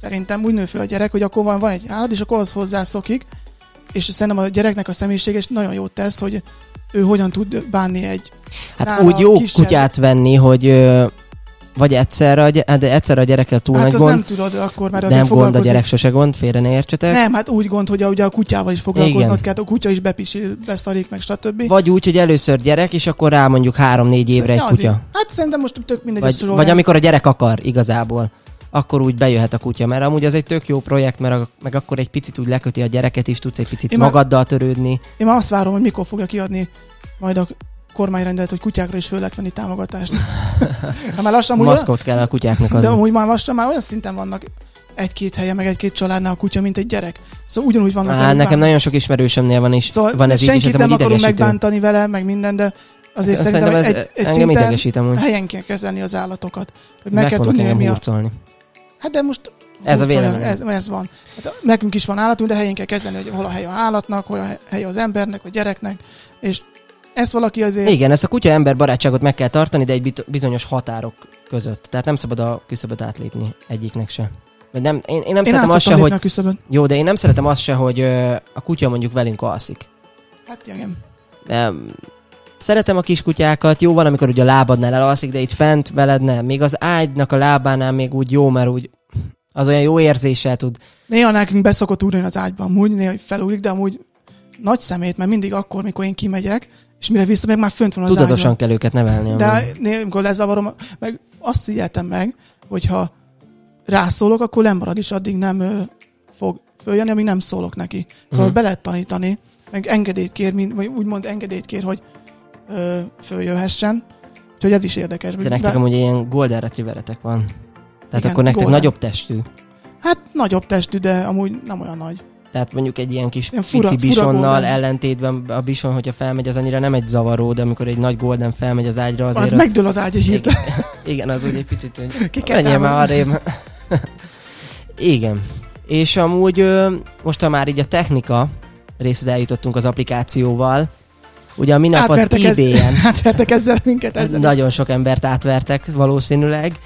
B: szerintem úgy nő föl a gyerek, hogy akkor van, van egy állat, és akkor az hozzászokik, és szerintem a gyereknek a személyisége is nagyon jót tesz, hogy ő hogyan tud bánni egy...
A: Hát
B: nála
A: úgy jó
B: kis
A: kutyát venni, hogy ö, vagy egyszerre a, gy- hát de egyszerre a gyerekkel túl
B: hát
A: nagy
B: azt
A: gond.
B: nem tudod akkor, mert
A: nem
B: azért
A: gond, a
B: foglalkozni
A: gyerek sose gond, félre ne értsetek.
B: Nem, hát úgy gond, hogy a, ugye a kutyával is foglalkoznod
A: Igen.
B: kell, a kutya is bepisil, beszarik, meg stb.
A: Vagy úgy, hogy először gyerek, és akkor rá mondjuk három-négy évre egy
B: Szerintem azért-
A: kutya.
B: Hát szerintem most tök mindegy, szóval
A: Vagy,
B: ez Roland.
A: vagy amikor a gyerek akar igazából, akkor úgy bejöhet a kutya, mert amúgy az egy tök jó projekt, mert a, meg akkor egy picit úgy leköti a gyereket is, tudsz egy picit
B: Én már-
A: magaddal törődni.
B: Én már azt várom, hogy mikor fogja kiadni majd a kormány rendelt, hogy kutyákra is föl lehet venni támogatást. De már lassan amúgy,
A: Maszkot kell a kutyáknak
B: olyan, de
A: adni.
B: amúgy már lassan már olyan szinten vannak egy-két helyen, meg egy-két családnál a kutya, mint egy gyerek. Szóval ugyanúgy vannak.
A: Á,
B: velük
A: nekem
B: bánva.
A: nagyon sok ismerősömnél van, is,
B: szóval
A: van ez így, és
B: senkit
A: ez
B: nem
A: amúgy
B: akarunk
A: idegesítő.
B: megbántani vele, meg minden, de azért szerintem,
A: Szerintem ez
B: egy, egy
A: engem
B: szinten
A: idegesít amúgy.
B: helyen kell kezelni az állatokat. Hogy meg,
A: Meg
B: kell
A: fognak
B: tudni, hogy
A: engem
B: mi a...
A: hurcolni.
B: Hát de most
A: Ez a
B: hurcoljon,
A: véleményem.
B: Ez, ez van. Hát a- nekünk is van állatunk, de helyén kell kezelni, hogy hol a hely a állatnak, hol a hely az embernek, a gyereknek, és ezt valaki azért...
A: Igen, ezt a kutya-ember barátságot meg kell tartani, de egy bit- bizonyos határok között. Tehát nem szabad a küszöböt átlépni egyiknek se. Vagy nem, én, én nem
B: Én
A: szeretem
B: át
A: azt se,
B: szoktam
A: hogy...
B: lépni a küszöbön.
A: Jó, de én nem szeretem azt se, hogy ö, a kutya mondjuk velünk alszik.
B: Hát igen.
A: Em, Szeretem a kiskutyákat, jó van, amikor ugye a lábadnál elalszik, de itt fent veled nem. Még az ágynak a lábánál még úgy jó, mert úgy az olyan jó érzéssel tud.
B: Néha nekünk beszokott ugrani az ágyba amúgy, néha hogy felugrik, de amúgy nagy szemét, mert mindig akkor, mikor én kimegyek, és mire vissza, meg már fönt van az
A: Tudatosan
B: ágyban.
A: kell őket nevelni. amúgy.
B: De néha, amikor lezavarom, meg azt figyeltem meg, hogyha rászólok, akkor lemarad, és addig nem ö, fog följönni, amíg nem szólok neki. Szóval
A: Mhm.
B: be lehet tanítani, meg engedélyt kér, mint, vagy úgymond engedélyt kér, hogy ö, följöhessen. Úgyhogy ez is érdekes.
A: De nektek amúgy ilyen golden retrieveretek van. Tehát
B: Igen,
A: akkor nektek
B: golden.
A: nagyobb testű.
B: Hát nagyobb testű, de amúgy nem olyan nagy.
A: Tehát mondjuk egy ilyen kis
B: Ilyen fura-
A: pici
B: fura
A: bisonnal
B: golden.
A: ellentétben a bison, hogyha felmegy, az annyira nem egy zavaró, de amikor egy nagy golden felmegy az ágyra, azért...
B: Hát megdől az ágy egy
A: igen,
B: hirtelen.
A: igen, az úgy egy picit, hogy
B: Ki kell
A: menjél már
B: támadni.
A: arrébb. igen. És amúgy ö, most, ha már így a technika részhez eljutottunk az applikációval, ugye a minap az
B: Átvertek ez-
A: IBM,
B: Átvertek ezzel minket ezzel.
A: nagyon sok embert átvertek valószínűleg.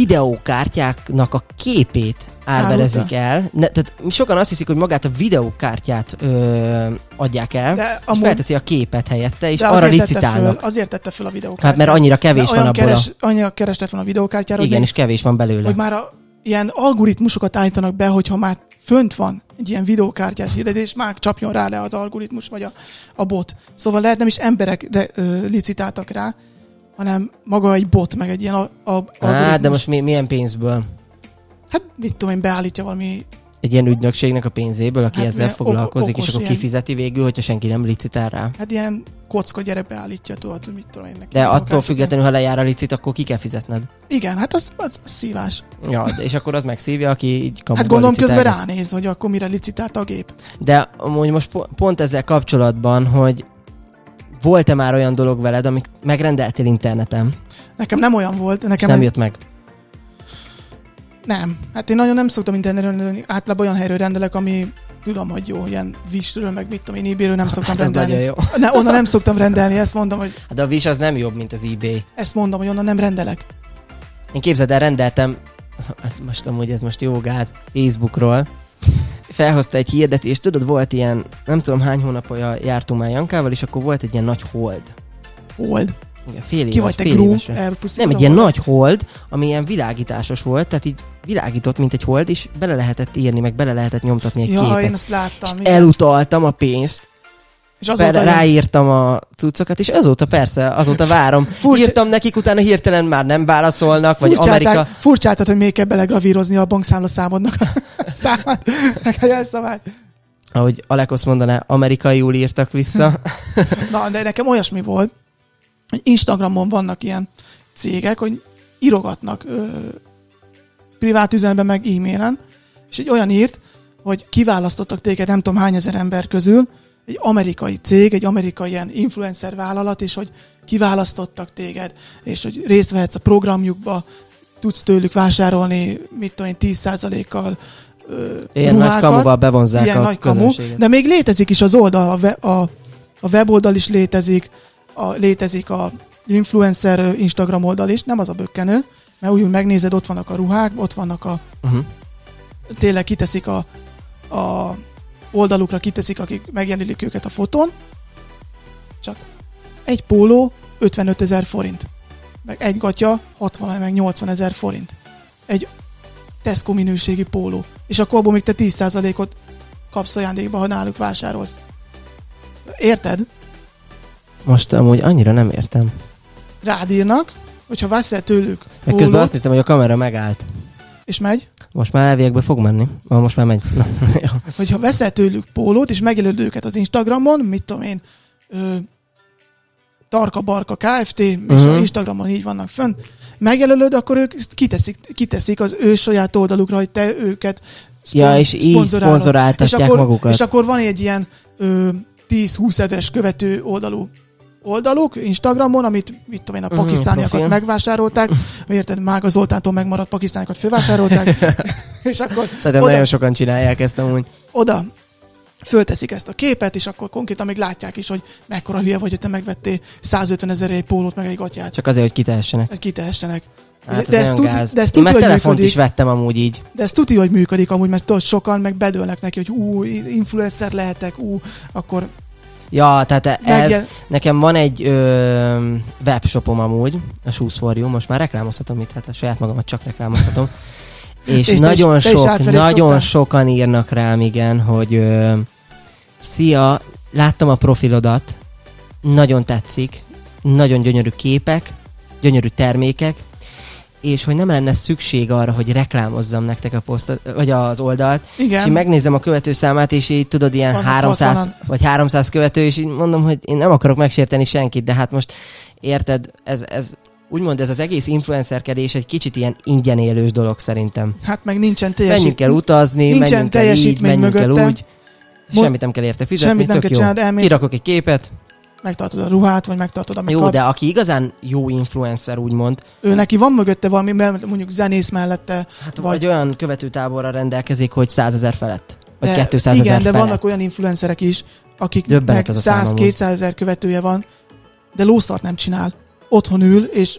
A: Videókártyáknak a képét árverezik el. Ne, tehát sokan azt hiszik, hogy magát a videókártyát ö, adják el, de
B: De
A: és
B: amúgy,
A: felteszi a képet helyette, és
B: de
A: arra
B: azért tette föl,
A: licitálnak.
B: azért tette föl a videókártyát.
A: Hát mert annyira kevés
B: Mert
A: van
B: olyan
A: abból.
B: Keres, annyira kereslet van a
A: a...
B: videókártyáról,
A: Igen,
B: hogy,
A: és kevés van belőle.
B: hogy már a, ilyen algoritmusokat állítanak be, hogyha már fönt van egy ilyen videókártyás hirdetés, már csapjon rá le az algoritmus vagy a, a bot. Szóval lehet nem is emberek re, ö, licitáltak rá, hanem maga egy bot, meg egy ilyen a, a,
A: Á,
B: algoritmus.
A: de most mi, milyen pénzből?
B: Hát mit tudom én, beállítja valami...
A: Egy ilyen ügynökségnek a pénzéből, aki
B: Hát
A: hát ezzel
B: milyen ok-
A: foglalkozik, és
B: okos
A: akkor
B: ilyen.
A: kifizeti végül, hogyha senki nem licitál rá.
B: Hát ilyen kocka gyere beállítja, tudod, hogy mit tudom én neki.
A: De attól
B: Akár-
A: függetlenül, ha lejár a licit, akkor ki kell fizetned.
B: Igen, hát az, az, az szívás.
A: Ja, de- és akkor az megszívja, aki így kamuba
B: Hát gondolom
A: licitálja.
B: közben ránéz, hogy akkor mire licitált a gép.
A: De amúgy most po- pont ezzel kapcsolatban, hogy volt-e már olyan dolog veled, amit megrendeltél interneten,
B: Nekem nem olyan volt,
A: és
B: nekem
A: nem jött meg?
B: nem. Hát én nagyon nem szoktam internetről rendelni, általában olyan helyről rendelek, ami tudom, hogy jó, ilyen visről, meg mit tudom én, ebay nem szoktam
A: Hát ez nagyon
B: rendelni.
A: jó.
B: Ne, onnan nem szoktam rendelni, ezt mondom, hogy
A: Hát a Wish az nem jobb, mint az eBay.
B: ezt mondom, hogy onnan nem rendelek.
A: Én képzeld el, rendeltem, hát most amúgy ez most jó gáz, Facebookról, felhozta egy hirdetést, tudod, volt ilyen, nem tudom hány hónapja jártunk már Jankával, és akkor volt egy ilyen nagy hold.
B: Hold.
A: Igen, fél éves,
B: Ki vagy te Eh,
A: fél
B: grú?
A: évesre.
B: elpusztítod
A: Nem,
B: a
A: egy ilyen
B: holdat?
A: nagy hold, ami ilyen világításos volt, tehát így világított, mint egy hold, és bele lehetett írni, meg bele lehetett nyomtatni egy
B: Ja,
A: képet.
B: én azt láttam. És,
A: elutaltam a pénzt,
B: és azóta
A: per,
B: olyan-
A: ráírtam a cuccokat, és azóta persze, azóta várom.
B: Furcsa-
A: Írtam nekik, utána hirtelen már nem válaszolnak, vagy
B: Furcsálták-
A: Amerika.
B: Furcsáltad, hogy még kell belegravírozni a bankszámla számodnak a számát, meg a jelszavát.
A: Ahogy Alekosz mondaná, amerikaiul írtak vissza.
B: Hm. Na, de nekem olyasmi volt, hogy Instagramon vannak ilyen cégek, hogy írogatnak ö, privát üzenetben, meg e-mailen, és egy olyan írt, hogy kiválasztottak téged nem tudom hány ezer ember közül, egy amerikai cég, egy amerikai ilyen influencer vállalat, és hogy kiválasztottak téged, és hogy részt vehetsz a programjukba, tudsz tőlük vásárolni, mit tudom én, 10%-kal ö,
A: Ilyen nagy
B: ruhákat.
A: kamuval bevonzák
B: Ilyen
A: a
B: nagy kamu,
A: közönséget.
B: de még létezik is az oldal, a, we, a, a weboldal is létezik, a, létezik a influencer ö, Instagram oldal is, nem az a bökkenő, mert úgy, hogy megnézed, ott vannak a ruhák, ott vannak a,
A: Uh-huh.
B: tényleg kiteszik a, a oldalukra, kiteszik, akik megjelölik őket a fotón, csak egy póló 55 ezer forint, meg egy gatya 60 meg 80 ezer forint. Egy Tesco minőségi póló. És akkor abból még te 10%-ot kapsz ajándékba, ha náluk vásárolsz. Érted?
A: Most amúgy annyira nem értem.
B: Rád írnak, hogyha veszel tőlük
A: Meg közben azt
B: pólót,
A: néztem, hogy a kamera megállt.
B: és megy,
A: Most már elviekbe fog menni. Ah, most már megy. Na, jó.
B: hogyha veszel tőlük pólót, és megjelölöd őket az Instagramon, mit tudom én, ö, Tarka Barka Kft. Uh-huh. és
A: Mhm.
B: a Instagramon így vannak fönn, megjelölöd, akkor ők ezt kiteszik, kiteszik az ő saját oldalukra, hogy te őket
A: Ja, és így szponzoráltatják
B: és akkor,
A: magukat.
B: És akkor van egy ilyen ö, 10-20 ezeres követő oldalú oldaluk Instagramon, amit mit tudom én, a pakisztániakat
A: Mhm, profil.
B: megvásárolták, érted, Mága Zoltántól megmaradt pakisztániakat fölvásárolták, és akkor
A: Szerintem
B: oda,
A: nagyon sokan csinálják ezt amúgy.
B: oda fölteszik ezt a képet, és akkor konkrétan még látják is, hogy mekkora hülye vagy, hogy te megvettél 150 ezer egy pólót, meg egy gatyát.
A: Csak azért, hogy kitehessenek.
B: Hogy kitehessenek.
A: Hát ez
B: de, ezt
A: nagyon
B: tud,
A: gáz.
B: de ezt
A: Én
B: tudja,
A: már
B: hogy
A: telefont
B: működik.
A: is vettem amúgy így.
B: De ez tudja, hogy működik amúgy, mert tudod, sokan meg bedőlnek neki, hogy ú, influencer lehetek, ú, akkor
A: Ja, tehát e- ez...
B: Megjel-
A: Nekem van egy ö, webshopom amúgy, a Shoes for You, most már reklámozhatom itt, hát a saját magamat csak reklámozhatom. És,
B: te
A: és
B: is-
A: nagyon,
B: te is
A: sok,
B: átverés
A: nagyon
B: szoktál?
A: sokan írnak rám, igen, hogy ö, szia, láttam a profilodat, nagyon tetszik, nagyon gyönyörű képek, gyönyörű termékek, és hogy nem lenne szükség arra, hogy reklámozzam nektek a posztot, vagy az oldalt, és
B: igen,
A: így megnézem a követő számát, és így tudod, ilyen
B: Vannak
A: 300
B: 60-an.
A: vagy 300 követő, és így mondom, hogy én nem akarok megsérteni senkit, de hát most érted, ez, ez úgymond ez az egész influencerkedés egy kicsit ilyen ingyen élős dolog szerintem.
B: hát meg nincsen
A: Menjünk
B: teljesítmény.
A: el utazni,
B: nincsen
A: menjünk el így,
B: teljesítmény
A: menjünk el
B: mögötte.
A: úgy.
B: Mo-
A: Semmit nem kell érte fizetni,
B: Semmit nem
A: tök
B: kell
A: jó.
B: csinálni, elmész,
A: Kirakok egy képet,
B: megtartod a ruhát, vagy megtartod, amit
A: jó,
B: kapsz.
A: de aki igazán jó influencer, úgymond,
B: Ő neki van mögötte valami, mert mondjuk zenész mellette,
A: hát
B: Vagy-
A: vagy olyan követőtáborra rendelkezik, hogy 100 ezer felett, vagy
B: de
A: 200
B: igen,
A: ezer
B: de
A: felett.
B: vannak olyan influencerek is, akiknek
A: Döbbenet ez a szám
B: 100-200 ezer követője van, de lószart nem csinál. Otthon ül, és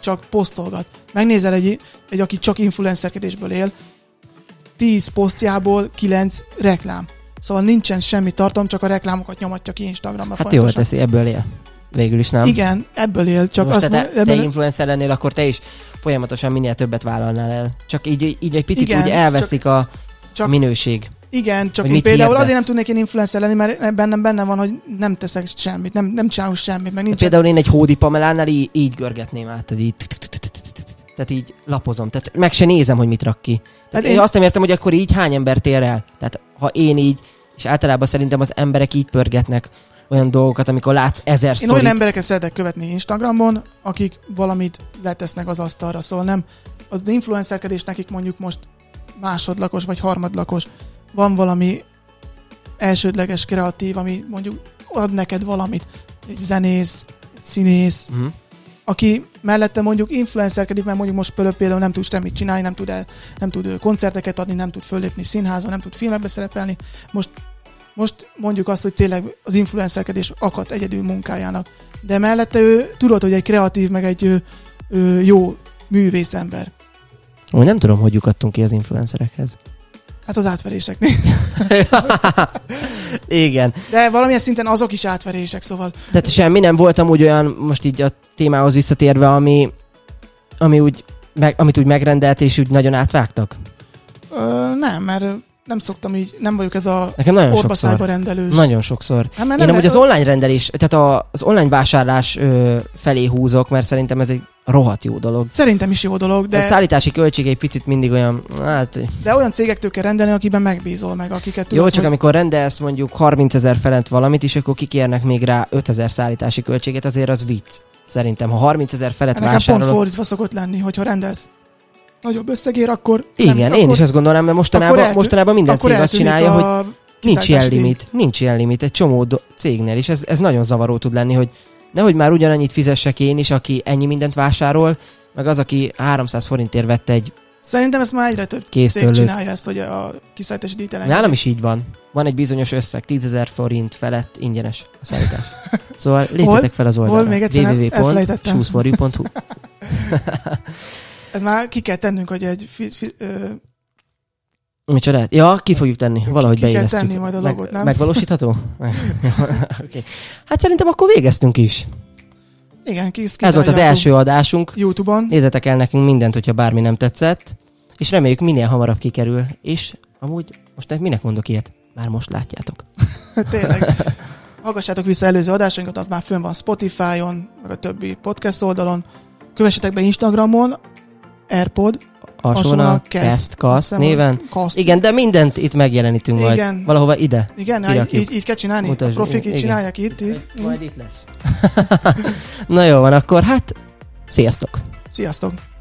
B: csak posztolgat. Megnézel egy, egy aki csak influencerkedésből él, 10 posztjából 9 reklám. Szóval nincsen semmi tartom, csak a reklámokat nyomatja ki Instagramra
A: Hát jól
B: folyamatosan.
A: teszi, ebből él. Végül is nem.
B: Igen, ebből él, csak
A: Most
B: azt
A: te,
B: mo-
A: te, te influencer lennél, akkor te is folyamatosan minél többet vállalnál el. Csak így, így egy picit
B: Igen,
A: Igen, úgy
B: csak-
A: elveszik a
B: csak-
A: csak minőség.
B: Igen, csak
A: Hogy
B: én
A: mit
B: például
A: hirdetsz?
B: azért nem tudnék én influencer lenni, mert bennem benne van, hogy nem teszek semmit, nem, nem csinálok semmit, meg nincs.
A: Például én egy hódi pamelánál í- így görgetném át, hogy így... Tehát így lapozom, tehát meg se nézem, hogy mit rak ki.
B: Hát
A: Tehát én,
B: én-
A: én azt nem értem, hogy akkor így hány embert ér el. Tehát ha én így, és általában szerintem az emberek így pörgetnek olyan dolgokat, amikor látsz ezer
B: Én olyan
A: sztorit.
B: embereket szeretek követni Instagramon, akik valamit letesznek az asztalra, szóval nem. Az influencerkedés nekik mondjuk most másodlakos vagy harmadlakos. Van valami elsődleges kreatív, ami mondjuk ad neked valamit. Egy zenész, egy színész,
A: Mhm.
B: aki mellette mondjuk influencerkedik, mert mondjuk most például, például nem tud semmit csinálni, nem tud, el, nem tud ö, koncerteket adni, nem tud föllépni színházon, nem tud filmekbe szerepelni. Most, most mondjuk azt, hogy tényleg az influencerkedés akadt egyedül munkájának. De mellette ő tudod, hogy egy kreatív, meg egy ö, ö, jó művész ember.
A: Ó, nem tudom, hogy lyukadtunk ki az influencerekhez.
B: Hát az átveréseknél.
A: Igen.
B: De valamilyen szinten azok is átverések, szóval
A: Tehát semmi nem volt amúgy olyan, most így a témához visszatérve, ami, ami úgy, meg, amit úgy megrendelt, és úgy nagyon átvágtak.
B: ö, nem, mert ö, nem szoktam így, nem vagyok ez a
A: Nekem nagyon
B: orbaszájba
A: sokszor.
B: rendelős.
A: Nagyon sokszor.
B: Hát, mert
A: Én amúgy
B: lehet-
A: az online rendelés, tehát a, az online vásárlás ö, felé húzok, mert szerintem ez egy rohadt jó dolog.
B: Szerintem is jó dolog,
A: De... A
B: de...
A: szállítási költség egy picit mindig olyan, hát
B: De olyan cégektől kell rendelni, akiben megbízol meg, akiket
A: Tudod, jó, csak
B: hogy...
A: amikor rendelsz mondjuk 30 ezer felett valamit, és akkor kikérnek még rá 5 ezer szállítási költséget, azért az vicc. Szerintem, ha 30 ezer felett
B: Hát Nekem pont
A: vásárolok,
B: fordítva szokott lenni, hogyha rendelsz nagyobb összegér, akkor...
A: Igen,
B: nem,
A: én
B: akkor,
A: is azt gondolom, mert mostanában,
B: eltű-
A: mostanában minden cég azt csinálja, hogy
B: hogy
A: nincs ilyen limit. Nincs ilyen limit egy csomó do- cégnél is. Ez, ez nagyon zavaró tud lenni, hogy nehogy már ugyanannyit fizessek én is, aki ennyi mindent vásárol, meg az, aki 300 forintért vette egy
B: Szerintem ezt már egyre több cég
A: kéztörlőt.
B: csinálja ezt, hogy a kiszállítási díjtelen.
A: Nálam is így van. Van egy bizonyos összeg, 10.000 forint felett ingyenes a szállítás. Szóval lépjetek fel az oldalra.
B: még egyszer el- elfelejtettem.
A: www.shoesforyu.hu
B: Ez már ki kell tennünk, hogy egy... Fi, fi, ö,
A: Micsoda? Ja, ki fogjuk tenni. Valahogy
B: ki kell
A: beillesztjük.
B: tenni majd a logot, nem?
A: Megvalósítható? okay. Hát szerintem akkor végeztünk is.
B: igen, ki, ki
A: Ez volt az első adásunk.
B: YouTube-on.
A: Nézzetek el nekünk mindent, hogyha bármi nem tetszett, és reméljük minél hamarabb kikerül. És amúgy most nek- minek mondok ilyet? Már most látjátok.
B: hát Tényleg. Hallgassátok vissza előző adásainkat, ott már fönn van Spotify-on, meg a többi podcast oldalon. Kövessetek be Instagramon, Airpod,
A: alsóna, kezd, kaszt néven.
B: Kaszt.
A: Igen, de mindent itt megjelenítünk majd.
B: Igen.
A: Valahova ide.
B: Igen, á,
A: kirakjuk.
B: így, így kell csinálni.
A: Mutasd,
B: a profik
A: igen.
B: így csinálják itt, így.
A: Majd itt lesz. Na jó van, akkor hát sziasztok!
B: Sziasztok!